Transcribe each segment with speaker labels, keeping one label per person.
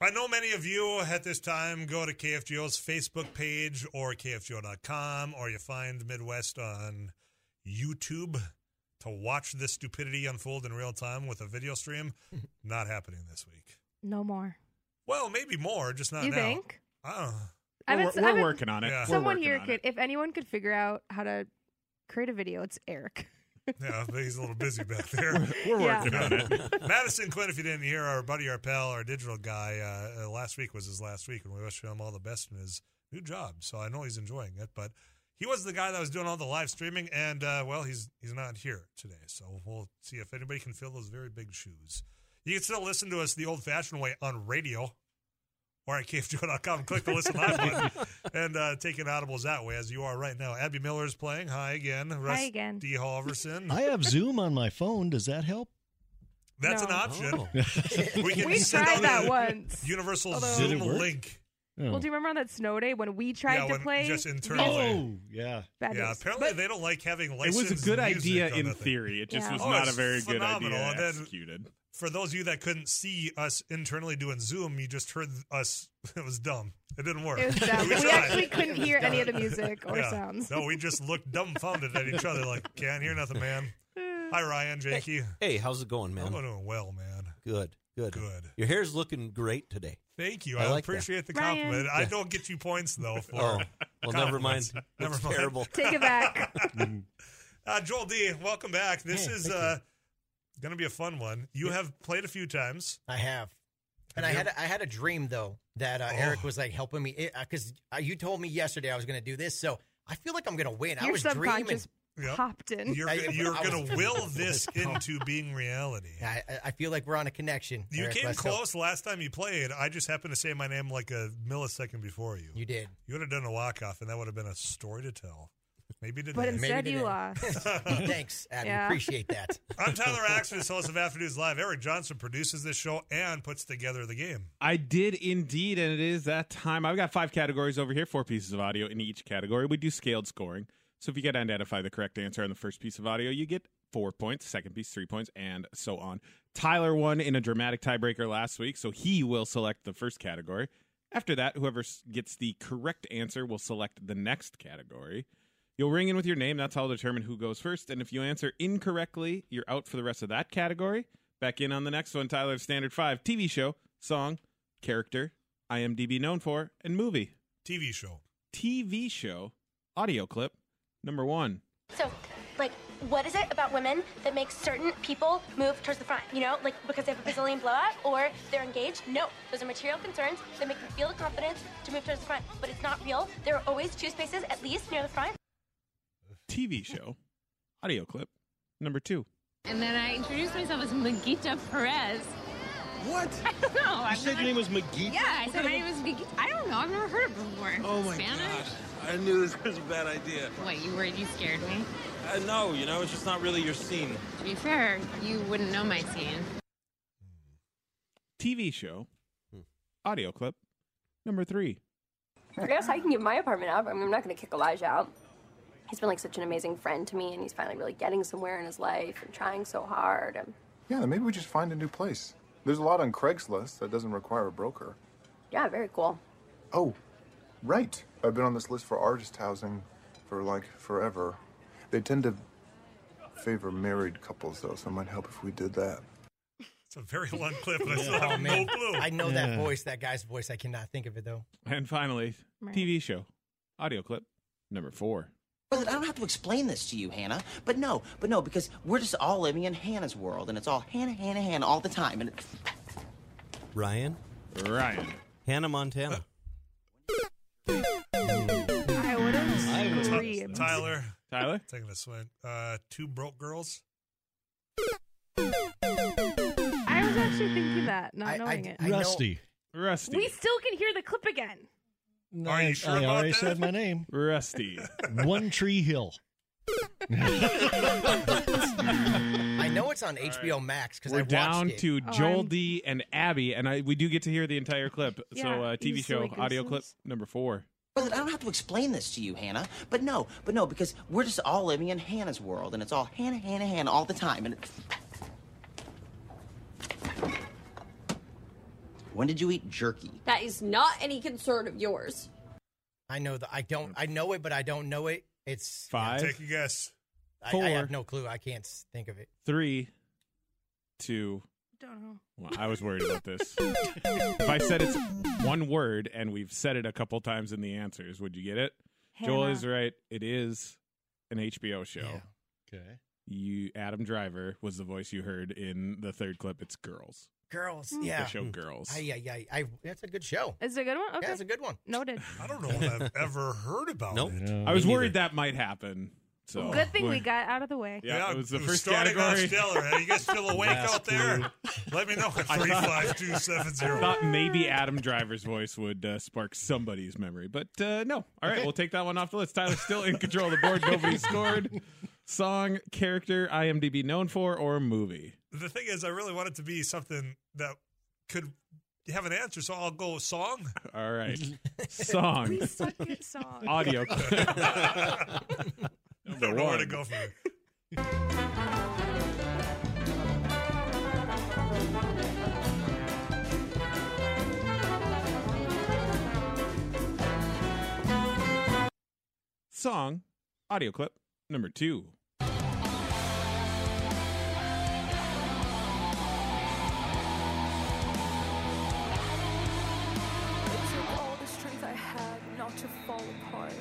Speaker 1: I know many of you at this time go to KFGO's Facebook page or KFGO.com, or you find Midwest on YouTube to watch this stupidity unfold in real time with a video stream. not happening this week.
Speaker 2: No more.
Speaker 1: Well, maybe more, just not
Speaker 2: you
Speaker 1: now.
Speaker 2: think?
Speaker 1: Oh,
Speaker 2: I've
Speaker 3: We're,
Speaker 2: been-
Speaker 3: we're
Speaker 2: I've been-
Speaker 3: working on it.
Speaker 1: Yeah.
Speaker 3: We're
Speaker 2: Someone
Speaker 3: working
Speaker 2: here
Speaker 3: on
Speaker 2: could,
Speaker 3: it.
Speaker 2: if anyone could figure out how to create a video, it's Eric.
Speaker 1: yeah, but he's a little busy back there.
Speaker 3: We're
Speaker 2: Yeah.
Speaker 3: working on it.
Speaker 1: Madison Quinn, if you didn't hear, our buddy, our pal, our digital guy, uh, uh, last week was his last week, and we wish him all the best in his new job. So I know he's enjoying it, but he was the guy that was doing all the live streaming, and uh, well, he's he's not here today. So we'll see if anybody can fill those very big shoes. You can still listen to us the old fashioned way on radio or at kfjo.com. Click the listen live button and uh, take in audibles that way as you are right now. Abby Miller is playing. Hi again. Rusty
Speaker 2: again.
Speaker 1: Halverson.
Speaker 4: I have Zoom on my phone. Does that help?
Speaker 1: That's an
Speaker 2: No.
Speaker 1: option.
Speaker 4: Oh.
Speaker 1: We can
Speaker 2: We
Speaker 1: send out
Speaker 2: tried that
Speaker 1: a
Speaker 2: once.
Speaker 1: Universal
Speaker 2: Although-
Speaker 4: Did
Speaker 1: Zoom
Speaker 4: it work?
Speaker 1: link.
Speaker 4: Oh.
Speaker 2: Well, do you remember on that snow day when we tried
Speaker 1: Yeah,
Speaker 2: to
Speaker 1: when-
Speaker 2: play?
Speaker 1: just
Speaker 2: Yes,
Speaker 1: internally.
Speaker 4: Oh, yeah.
Speaker 2: that
Speaker 1: Yeah,
Speaker 2: is-
Speaker 1: apparently
Speaker 2: but
Speaker 1: they don't like having
Speaker 3: It
Speaker 1: licensed
Speaker 3: was a good
Speaker 1: music
Speaker 3: idea
Speaker 1: on
Speaker 3: in
Speaker 1: that thing.
Speaker 3: theory. It just
Speaker 2: Yeah.
Speaker 3: was
Speaker 1: Oh,
Speaker 3: not
Speaker 1: it's
Speaker 3: a very good idea
Speaker 1: phenomenal. And then-
Speaker 3: executed.
Speaker 1: For those of you that couldn't see us internally doing Zoom, you just heard us. It was dumb. It didn't work.
Speaker 2: it was dumb. we
Speaker 1: tried.
Speaker 2: actually couldn't hear any of the music or
Speaker 1: Yeah.
Speaker 2: sounds.
Speaker 1: No, we just looked dumbfounded at each other like, can't hear nothing, man. Hi, Ryan, Janky.
Speaker 5: Hey, how's it going,
Speaker 1: I'm
Speaker 5: man?
Speaker 1: doing well, man.
Speaker 5: Good, good,
Speaker 1: Good.
Speaker 5: Your hair's looking great today.
Speaker 1: Thank you. I,
Speaker 5: I like that.
Speaker 1: appreciate the
Speaker 2: Ryan.
Speaker 1: compliment. I
Speaker 5: Yeah.
Speaker 1: don't get you points, though, for
Speaker 5: Oh, well, never mind.
Speaker 1: compliments. Never
Speaker 5: Never
Speaker 1: mind.
Speaker 5: terrible.
Speaker 2: Take it back.
Speaker 1: Uh, Joel D, welcome back. This
Speaker 6: Hey,
Speaker 1: is
Speaker 6: thank you.
Speaker 1: uh, going to be a fun one. You have played a few times.
Speaker 6: I have.
Speaker 1: Have
Speaker 6: And I
Speaker 1: you?
Speaker 6: had a, I had a dream though that uh,
Speaker 1: Oh.
Speaker 6: Eric was like helping me because uh, you told me yesterday I was going to do this, so I feel like I'm going to win. I
Speaker 2: Your
Speaker 6: was dreaming.
Speaker 2: subconscious
Speaker 1: Yep.
Speaker 2: popped in.
Speaker 1: You're,
Speaker 6: I-
Speaker 1: you're
Speaker 6: I was-
Speaker 1: going to will this into being reality.
Speaker 6: I, I- I feel like we're on a connection.
Speaker 1: You
Speaker 6: Eric,
Speaker 1: came
Speaker 6: let's go.
Speaker 1: close last time you played. I just happened to say my name like a millisecond before you. You,
Speaker 6: You did.
Speaker 1: would have done a walk off, and that would have been a story to tell. Maybe today.
Speaker 2: But instead,
Speaker 6: they
Speaker 2: you
Speaker 6: didn't.
Speaker 2: lost.
Speaker 6: Thanks, Abby.
Speaker 2: Yeah.
Speaker 6: Appreciate that.
Speaker 1: I'm Tyler Axman, host of Afternoons Live. Eric Johnson produces this show and puts together the game.
Speaker 3: I did indeed, and it is that time. I've got five categories over here, four pieces of audio in each category. We do scaled scoring. So if you can identify the correct answer on the first piece of audio, you get four points, second piece, three points, and so on. Tyler won in a dramatic tiebreaker last week, so he will select the first category. After that, whoever s- gets the correct answer will select the next category. You'll ring in with your name. That's how I'll determine who goes first. And if you answer incorrectly, you're out for the rest of that category. Back in on the next one, Tyler, Standard 5, TV show, song, character, IMDb known for, and movie.
Speaker 1: TV show.
Speaker 3: TV show, audio clip, number one.
Speaker 7: So, like, what is it about women that makes certain people move towards the front? You know, like because they have a Brazilian blowout or they're engaged? No, those are material concerns that make them feel the confidence to move towards the front. But it's not real. There are always two spaces at least near the front.
Speaker 3: TV show, audio clip, number two.
Speaker 8: And then I introduced myself as Magita Perez. What? I don't know. I
Speaker 4: You said your name was McGee.
Speaker 8: Yeah, I said my name was Magita. I don't know. I've never heard of it before.
Speaker 9: Oh my
Speaker 8: Spanish?
Speaker 9: god! I knew this was a bad idea.
Speaker 8: What, you worried you scared me?
Speaker 9: Uh, no, you know, it's just not really your scene.
Speaker 8: To be fair, you wouldn't know my scene.
Speaker 3: TV show, audio clip, number three.
Speaker 7: I guess I can give my apartment up. I mean, I'm not going to kick Elijah out. He's been like such an amazing friend to me, and he's finally really getting somewhere in his life and trying so hard. And
Speaker 10: Yeah, then maybe we just find a new place. There's a lot on Craigslist that doesn't require a broker.
Speaker 7: yeah, very cool.
Speaker 10: Oh, right. I've been on this list for artist housing for like forever. They tend to favor married couples though, so it might help if we did that.
Speaker 1: It's a very long clip, and I still
Speaker 6: Oh
Speaker 1: have no
Speaker 6: man,
Speaker 1: clue.
Speaker 6: I know
Speaker 4: Yeah.
Speaker 6: that voice, that guy's voice. I cannot think of it though.
Speaker 3: And finally,
Speaker 2: Right.
Speaker 3: TV show, audio clip, number four.
Speaker 11: Well, I don't have to explain this to you, Hannah. But no, but no, because we're just all living in Hannah's world, and it's all Hannah, Hannah, Hannah all the time. And
Speaker 5: Ryan,
Speaker 3: Ryan.
Speaker 5: Hannah
Speaker 9: Uh,
Speaker 5: Montana.
Speaker 2: I would have
Speaker 1: Ty-
Speaker 2: screamed.
Speaker 1: Tyler,
Speaker 3: Tyler?
Speaker 1: taking a swing. Uh, two broke girls.
Speaker 2: I was actually thinking that, not
Speaker 6: I- I-
Speaker 2: knowing it.
Speaker 6: I know-
Speaker 4: Rusty.
Speaker 3: Rusty.
Speaker 2: we still can hear the clip again.
Speaker 4: No,
Speaker 1: Are you
Speaker 4: I-
Speaker 1: sure
Speaker 4: I
Speaker 1: about
Speaker 4: already
Speaker 1: that?
Speaker 4: said my name.
Speaker 3: Rusty.
Speaker 4: One Tree Hill.
Speaker 1: Mm.
Speaker 6: I know it's on HBO Max because I
Speaker 3: We're
Speaker 6: watched
Speaker 3: down
Speaker 6: it.
Speaker 3: to
Speaker 2: Oh,
Speaker 3: Joel
Speaker 2: I'm-
Speaker 3: D and Abby, and I we do get to hear the entire clip. so
Speaker 2: Yeah,
Speaker 3: uh,
Speaker 2: you
Speaker 3: TV show
Speaker 2: silly
Speaker 3: audio clip
Speaker 2: gooses.
Speaker 3: number four.
Speaker 11: well, I don't have to explain this to you, Hannah. But no, but no, because we're just all living in Hannah's world, and it's all Hannah, Hannah, Hannah all the time. And When did you eat jerky?
Speaker 12: That is not any concern of yours.
Speaker 6: I know that I don't. I know it, but I don't know it. It's
Speaker 3: Five. Take
Speaker 1: a guess.
Speaker 6: I, I have
Speaker 3: Four.
Speaker 6: no clue. I can't s- think of it.
Speaker 3: Three, two.
Speaker 2: Don't know.
Speaker 3: Well, I was worried about this. if I said it's one word and we've said it a couple times in the answers, would you get it? Joel
Speaker 2: Hannah.
Speaker 3: is right. It is an HBO show.
Speaker 4: Okay.
Speaker 3: You Adam Driver was the voice you heard in the third clip. It's Girls.
Speaker 6: Girls,
Speaker 3: The
Speaker 6: yeah.
Speaker 3: Hmm. show Girls.
Speaker 6: I, I, I, that's a good show.
Speaker 2: Is it a good one? Okay.
Speaker 6: Yeah, it's a good one.
Speaker 2: Noted.
Speaker 1: I don't know if I've ever heard about
Speaker 3: Nope.
Speaker 1: it.
Speaker 3: I was worried that might happen. So
Speaker 2: Good thing we got out of the way.
Speaker 3: Yeah, it was the
Speaker 1: we're
Speaker 3: first
Speaker 1: starting
Speaker 3: category.
Speaker 1: Off stellar. Are you guys still awake
Speaker 3: Last
Speaker 1: out there? Let me know at
Speaker 3: I
Speaker 1: three
Speaker 3: thought-
Speaker 1: five two seven
Speaker 3: I
Speaker 1: zero.
Speaker 3: thought maybe Adam Driver's voice would uh, spark somebody's memory, but uh, no. All right, we'll take that one off the list. Tyler's still in control of the board. Nobody scored. Song, character, IMDb known for, or movie.
Speaker 1: The thing is, I really want it to be something that could have an answer. So I'll go song.
Speaker 3: All right, song,
Speaker 2: We suck at song.
Speaker 3: audio.
Speaker 1: I don't know where to
Speaker 3: one.
Speaker 1: go from here.
Speaker 3: Song, audio clip number two.
Speaker 13: It took all the strength I had not to fall apart.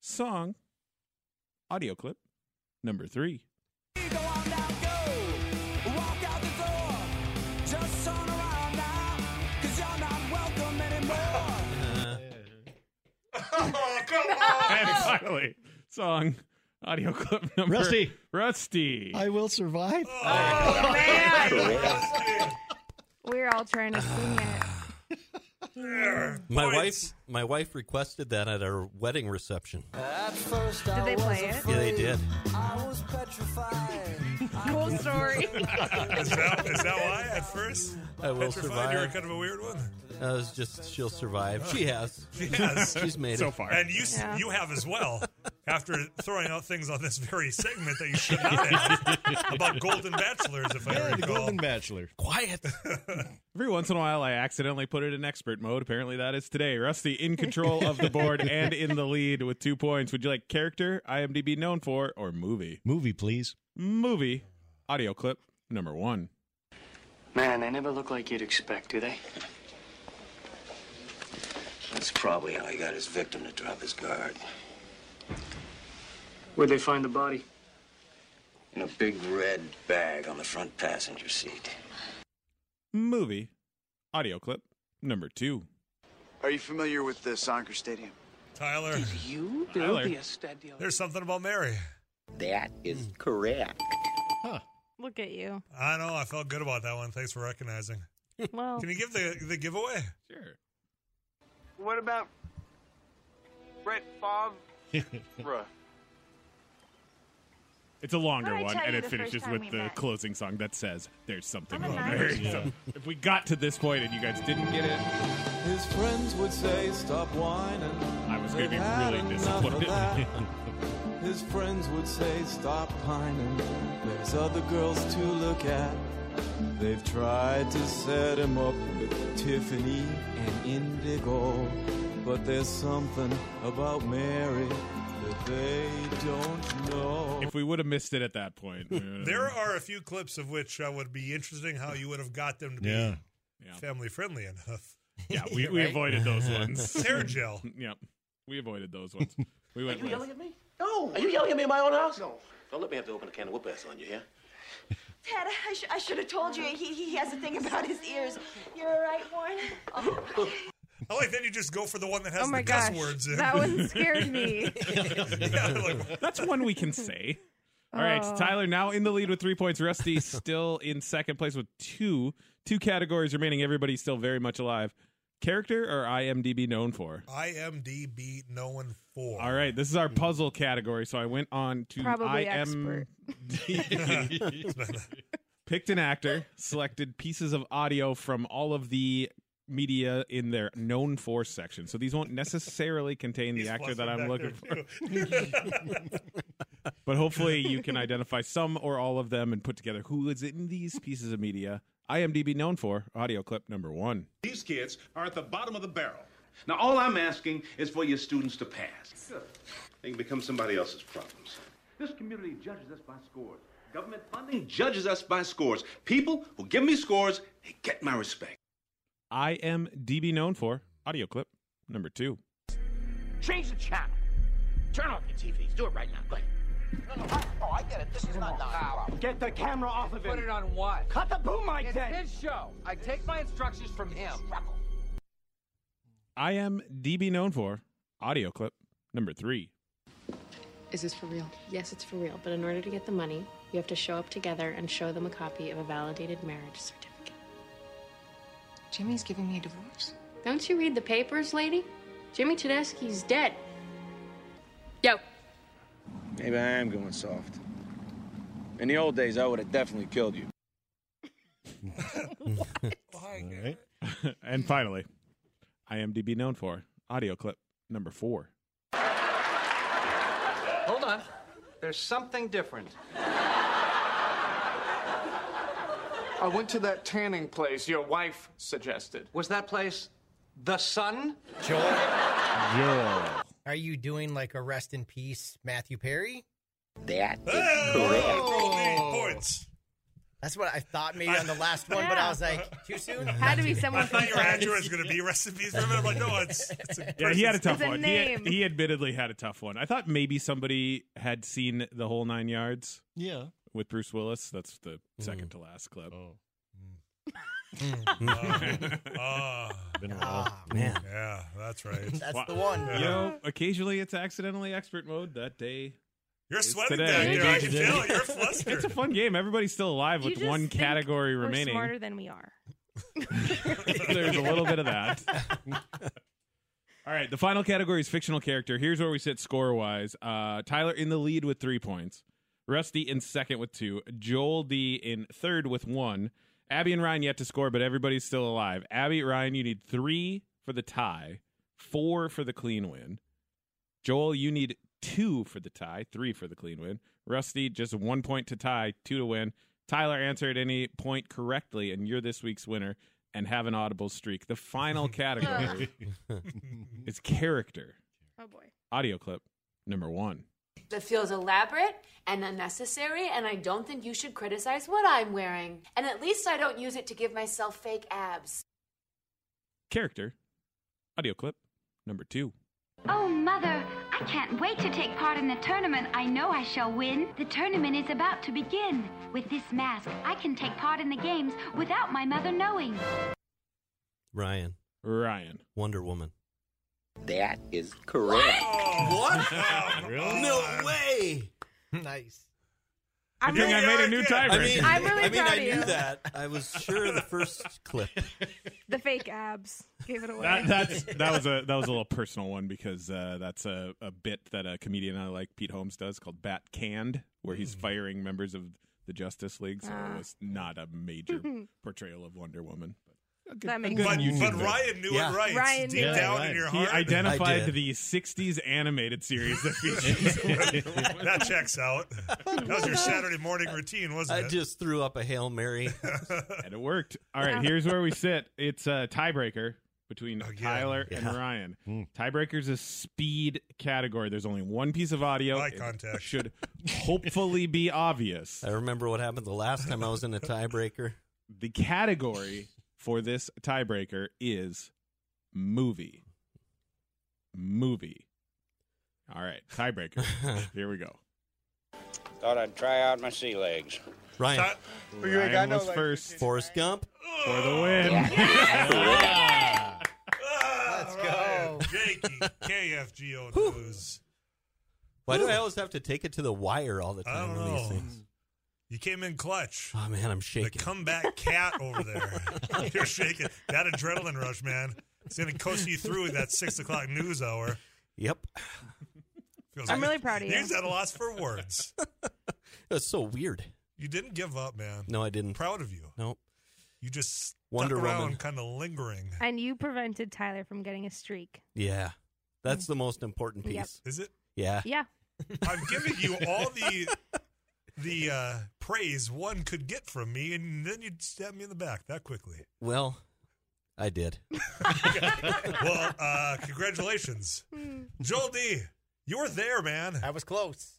Speaker 3: Song, audio clip number three.
Speaker 1: Oh, come
Speaker 3: And finally, song, audio clip number
Speaker 4: Rusty.
Speaker 3: Rusty.
Speaker 4: I will survive.
Speaker 1: Oh,
Speaker 3: Oh.
Speaker 2: We're all trying to sing it.
Speaker 5: My wife, my wife requested that at our wedding reception.
Speaker 14: At first
Speaker 2: Did
Speaker 14: I
Speaker 2: they
Speaker 14: was
Speaker 2: play it?
Speaker 5: Yeah, they
Speaker 14: afraid.
Speaker 5: did.
Speaker 14: I was petrified.
Speaker 2: Cool story.
Speaker 1: Is that, is that why at first?
Speaker 5: I will
Speaker 1: Petrified, You're
Speaker 5: survive.
Speaker 1: kind of a weird one.
Speaker 5: I was just, she'll survive. She has.
Speaker 1: She has.
Speaker 5: She's made it
Speaker 1: And you s
Speaker 2: Yeah.
Speaker 1: you have as well after throwing out things on this very segment that you should not have about golden bachelors, if I
Speaker 4: Yeah, the
Speaker 1: recall.
Speaker 4: Golden Bachelor.
Speaker 5: Quiet.
Speaker 3: Every once in a while, I accidentally put it in expert mode. Apparently, that is today. Rusty in control of the board and in the lead with two points. Would you like character, IMDb known for, or movie?
Speaker 4: Movie, please.
Speaker 3: Movie, audio clip number one.
Speaker 15: Man, they never look like you'd expect, do they?
Speaker 16: That's probably how he got his victim to drop his guard.
Speaker 15: Where'd they find the body?
Speaker 16: In a big red bag on the front passenger seat.
Speaker 3: Movie, audio clip number two.
Speaker 17: Are you familiar with the Soccer Stadium?
Speaker 1: Tyler. Did
Speaker 16: you
Speaker 3: build Tyler. the
Speaker 1: There's something about Mary.
Speaker 16: That is correct.
Speaker 2: Look at you.
Speaker 1: I know. I felt good about that one. Thanks for recognizing.
Speaker 2: Well,
Speaker 1: Can you give the the giveaway?
Speaker 3: Sure.
Speaker 18: What about Brett Favre?
Speaker 3: It's a longer
Speaker 18: Why did I
Speaker 3: one,
Speaker 18: tell
Speaker 3: and
Speaker 18: you
Speaker 3: it
Speaker 18: the
Speaker 3: finishes
Speaker 18: first time
Speaker 3: with
Speaker 18: we
Speaker 3: the
Speaker 18: met?
Speaker 3: closing song that says, There's something
Speaker 18: I'm a
Speaker 3: wrong there.
Speaker 18: nice
Speaker 3: So if we got to this point and you guys didn't get it,
Speaker 14: His friends would say, "Stop whining."
Speaker 3: I was going
Speaker 14: They've
Speaker 3: to be
Speaker 14: had
Speaker 3: really
Speaker 14: enough of
Speaker 3: disappointed.
Speaker 14: that. His friends would say, "Stop pining." There's other girls to look at. They've tried to set him up with Tiffany and Indigo, but there's something about Mary that they don't know.
Speaker 3: if we would have missed it at that point, uh, we would've-
Speaker 1: There are a few clips of which uh, would be interesting how you would have got them to be
Speaker 3: Yeah. Yeah.
Speaker 1: family friendly enough.
Speaker 3: yeah, we, we
Speaker 1: Right?
Speaker 3: avoided those ones.
Speaker 1: Hair gel.
Speaker 3: yep, we avoided those ones. We
Speaker 11: Are
Speaker 3: went.
Speaker 11: you
Speaker 3: with-
Speaker 11: yelling at me? No. Are you yelling at me in my own house? No. Don't let me have to open a can of whoop ass on you, yeah?
Speaker 19: Ted, I, sh- I should have told you. He, he has a thing about his ears. You're all right, Warren. Oh.
Speaker 1: I like that you just go for the one that has
Speaker 19: Oh my
Speaker 1: the cuss
Speaker 19: gosh,
Speaker 1: words in.
Speaker 19: that
Speaker 2: one scared me.
Speaker 3: That's one we can say. All right,
Speaker 2: Oh.
Speaker 3: Tyler now in the lead with three points. Rusty still in second place with two. Two categories remaining. Everybody's still very much alive. Character or IMDb known for?
Speaker 1: IMDb known for.
Speaker 3: All right, this is our puzzle category. So I went on to
Speaker 1: Probably
Speaker 3: IMDb. Picked an actor, selected pieces of audio from all of the media in their known for section. So these won't necessarily contain the actor that I'm looking for. But hopefully you can identify some or all of them and put together who is in these pieces of media. IMDb known for audio clip number one.
Speaker 20: These kids are at the bottom of the barrel. Now, all I'm asking is for your students to pass.
Speaker 21: Good.
Speaker 20: They can become somebody else's problems.
Speaker 21: This community judges us by scores. Government
Speaker 20: He judges us by scores. People who give me scores, they get my respect.
Speaker 3: IMDb known for audio clip number two.
Speaker 22: Change the channel. Turn off your TVs. Do it right now. Go ahead.
Speaker 11: Oh, I get it. This is not nonsense.
Speaker 22: Get the camera off of it. Put it on what? Cut the boom mic then.
Speaker 23: His show. I take my instructions from him.
Speaker 3: IMDb known for audio clip number three.
Speaker 24: Is this for real? Yes, it's for real. But in order to get the money, you have to show up together and show them a copy of a validated marriage certificate.
Speaker 25: Jimmy's giving me a divorce.
Speaker 24: Don't you read the papers, lady? Jimmy Tedeschi's dead. Yo,
Speaker 26: Maybe I am going soft. In the old days, I would have definitely killed you.
Speaker 3: and finally, IMDb known for audio clip number four.
Speaker 23: Hold on. There's something different.
Speaker 22: I went to that tanning place your wife suggested.
Speaker 23: Was that place the sun?
Speaker 6: Are you doing like a rest in peace, Matthew Perry?
Speaker 22: That
Speaker 1: is Hey! correct. Oh, eight points.
Speaker 6: That's what I thought maybe on the last one, but I was like, too soon.
Speaker 2: Had to be someone.
Speaker 1: I thought your address was going to be recipes for him. I'm like, no, it's, it's a
Speaker 3: Yeah, he had a tough
Speaker 2: It's a
Speaker 3: one. He,
Speaker 2: name.
Speaker 3: he admittedly had a tough one. I thought maybe somebody had seen the whole nine yards.
Speaker 4: Yeah.
Speaker 3: With Bruce Willis. That's the
Speaker 4: Hmm.
Speaker 3: second to last clip.
Speaker 1: Oh.
Speaker 4: Been a
Speaker 2: Ah.
Speaker 1: while.
Speaker 3: man.
Speaker 1: Yeah, that's right.
Speaker 3: Wow. You know, occasionally it's accidentally expert mode. That day.
Speaker 1: You're
Speaker 3: is
Speaker 1: sweating
Speaker 3: today.
Speaker 1: back there. I can tell. You're flustered.
Speaker 3: It's a fun game. Everybody's still alive
Speaker 2: You
Speaker 3: with
Speaker 2: just
Speaker 3: one
Speaker 2: think
Speaker 3: category
Speaker 2: we're
Speaker 3: remaining.
Speaker 2: Smarter than we are.
Speaker 3: There's a little bit of that. All right, the final category is fictional character. Here's where we sit score wise. Uh, Tyler in the lead with three points, Rusty in second with two, Joel D in third with one. Abby and Ryan yet to score, but everybody's still alive. Abby, Ryan, you need three for the tie, four for the clean win. Joel, you need two for the tie, three for the clean win. Rusty, just one point to tie, two to win. Tyler answered any point correctly, and you're this week's winner and have an audible streak. The final category is character.
Speaker 24: Oh, boy.
Speaker 3: Audio clip number one.
Speaker 27: That feels elaborate and unnecessary, and I don't think you should criticize what I'm wearing. And at least I don't use it to give myself fake abs.
Speaker 3: Character. Audio clip number two.
Speaker 28: Oh, Mother, I can't wait to take part in the tournament. I know I shall win. The tournament is about to begin. With this mask, I can take part in the games without my mother knowing.
Speaker 5: Ryan.
Speaker 3: Ryan.
Speaker 5: Wonder Woman.
Speaker 21: That is correct.
Speaker 1: Oh.
Speaker 5: What?
Speaker 21: Really?
Speaker 5: No way.
Speaker 6: Nice.
Speaker 3: I think I made a new tiebreaker.
Speaker 5: I mean,
Speaker 2: I'm really
Speaker 5: I, mean,
Speaker 2: proud
Speaker 5: I
Speaker 2: of
Speaker 5: knew
Speaker 2: you.
Speaker 5: that. I was sure the first clip.
Speaker 2: The fake abs gave it away.
Speaker 3: That, that's that was a that was a little personal one because uh, that's a, a bit that a comedian I like Pete Holmes does called Bat Canned, where he's firing members of the Justice League. So
Speaker 2: Ah.
Speaker 3: it was not a major portrayal of Wonder Woman. But
Speaker 2: That makes
Speaker 1: But,
Speaker 3: sense.
Speaker 1: but Ryan knew
Speaker 3: Yeah.
Speaker 1: it right.
Speaker 2: Ryan
Speaker 1: deep
Speaker 2: knew it
Speaker 1: down
Speaker 2: right.
Speaker 1: in your
Speaker 3: he
Speaker 1: heart.
Speaker 3: identified the '60s animated series that features.
Speaker 1: that checks out. That was your Saturday morning routine, wasn't
Speaker 5: I
Speaker 1: it?
Speaker 5: just threw up a hail mary.
Speaker 3: and it worked. All right, here's where we sit. It's a tiebreaker between Tyler
Speaker 5: Oh, Yeah. Hmm.
Speaker 3: and Ryan. Tiebreakers is speed category. There's only one piece of audio.
Speaker 5: Eye
Speaker 3: It
Speaker 5: contact.
Speaker 3: should hopefully be obvious.
Speaker 5: I remember what happened the last time I was in a tiebreaker.
Speaker 3: The category for this tiebreaker is movie. Movie. All right, tiebreaker. Here we go.
Speaker 26: Thought I'd try out my sea legs.
Speaker 5: Ryan.
Speaker 26: Well, you ain't got
Speaker 3: Ryan
Speaker 26: no
Speaker 3: was
Speaker 26: legs,
Speaker 3: first.
Speaker 5: Forrest Gump.
Speaker 3: For the win.
Speaker 1: Let's go. Jakey, KFGO News.
Speaker 5: Why do I always have to take it to the wire all the
Speaker 1: I
Speaker 5: time
Speaker 1: don't
Speaker 5: on these
Speaker 1: know.
Speaker 5: things?
Speaker 1: You came in clutch.
Speaker 5: Oh man,
Speaker 1: Oh.
Speaker 5: I'm
Speaker 1: The
Speaker 5: shaking.
Speaker 1: comeback cat over there. You're shaking. That adrenaline rush, man. It's going to coast you through that six o'clock news hour.
Speaker 5: Yep.
Speaker 1: Feels
Speaker 2: I'm
Speaker 1: like-
Speaker 2: really proud of you.
Speaker 1: Use that a loss for words.
Speaker 5: That's so weird.
Speaker 1: You didn't give up, man.
Speaker 5: No, I didn't.
Speaker 1: Proud of you.
Speaker 5: Nope.
Speaker 1: You just stuck
Speaker 5: Wonder Woman.
Speaker 1: around, kind of lingering.
Speaker 2: And you prevented Tyler from getting a streak.
Speaker 5: Yeah. That's the most important piece.
Speaker 2: Yep.
Speaker 1: Is it?
Speaker 5: Yeah.
Speaker 2: Yeah.
Speaker 1: I'm giving you all the the uh, praise one could get from me, and then you'd stab me in the back that quickly.
Speaker 5: Well, I did.
Speaker 1: well, uh, congratulations,
Speaker 2: Hmm.
Speaker 1: Joel D. You were there, man. I
Speaker 6: was close.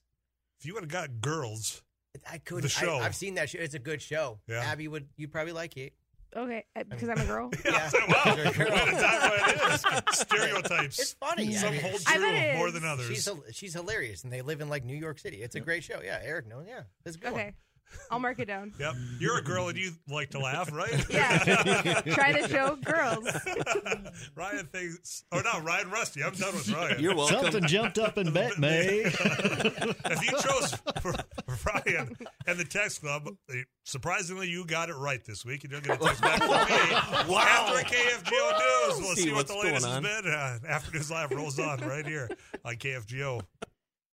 Speaker 1: If you would have got girls,
Speaker 6: I could.
Speaker 1: The show.
Speaker 6: I, have seen that show. It's a good show.
Speaker 1: Yeah.
Speaker 6: Abby would. You'd probably like it.
Speaker 2: Okay, uh, because I'm a girl.
Speaker 6: Yeah.
Speaker 1: stereotypes.
Speaker 6: It's funny.
Speaker 1: Some
Speaker 6: mean,
Speaker 1: hold I bet true it more is. than others.
Speaker 6: She's hil- she's hilarious, and they live in like New York City. It's a great show. Yeah, Eric. No, yeah, it's a good.
Speaker 2: Okay, I'll mark it down.
Speaker 1: Yep. You're a girl and you like to laugh, right?
Speaker 2: Yeah. Try the show, girls.
Speaker 1: Ryan thinks, or no, Ryan Rusty. I'm done with Ryan.
Speaker 5: You're welcome.
Speaker 4: Something jumped up in bet me.
Speaker 1: if you chose for for Ryan and the text club, eh, surprisingly, you got it right this week. You don't get a text back from me.
Speaker 5: Wow.
Speaker 1: After KFGO News, we'll see,
Speaker 5: See
Speaker 1: what
Speaker 5: what's
Speaker 1: the
Speaker 5: going
Speaker 1: latest has
Speaker 5: on.
Speaker 1: been. Uh, After News Live rolls on right here on KFGO.